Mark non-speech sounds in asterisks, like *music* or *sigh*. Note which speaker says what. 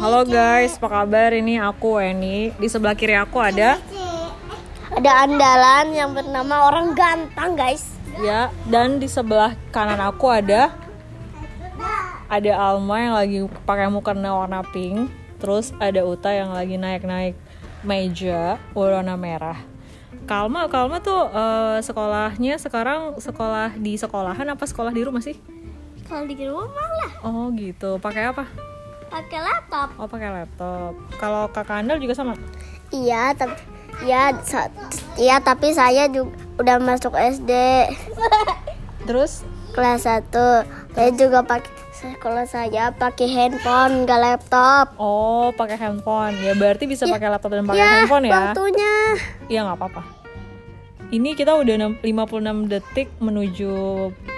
Speaker 1: Halo guys, apa kabar? Ini aku Weni. Di sebelah kiri aku ada
Speaker 2: Ada andalan yang bernama orang ganteng guys.
Speaker 1: ya dan di sebelah kanan aku ada ada Alma yang lagi pakai mukena warna pink. Terus ada Uta yang lagi naik-naik meja warna merah. Kalma, Kalma tuh eh, sekolahnya sekarang sekolah di sekolahan apa sekolah di rumah sih?
Speaker 2: Kalau di rumah lah,
Speaker 1: Oh gitu. Pakai apa?
Speaker 2: pakai laptop.
Speaker 1: Oh pakai laptop. Kalau Kakak Andal juga sama?
Speaker 2: Iya, tapi ya sa- iya tapi saya juga udah masuk *laughs* SD
Speaker 1: Terus
Speaker 2: kelas 1. Saya juga pakai sekolah saya pakai handphone, gak laptop.
Speaker 1: Oh, pakai handphone. Ya berarti bisa pakai laptop dan pakai
Speaker 2: ya,
Speaker 1: handphone ya.
Speaker 2: waktunya.
Speaker 1: Iya, nggak apa-apa. Ini kita udah enam- 56 detik menuju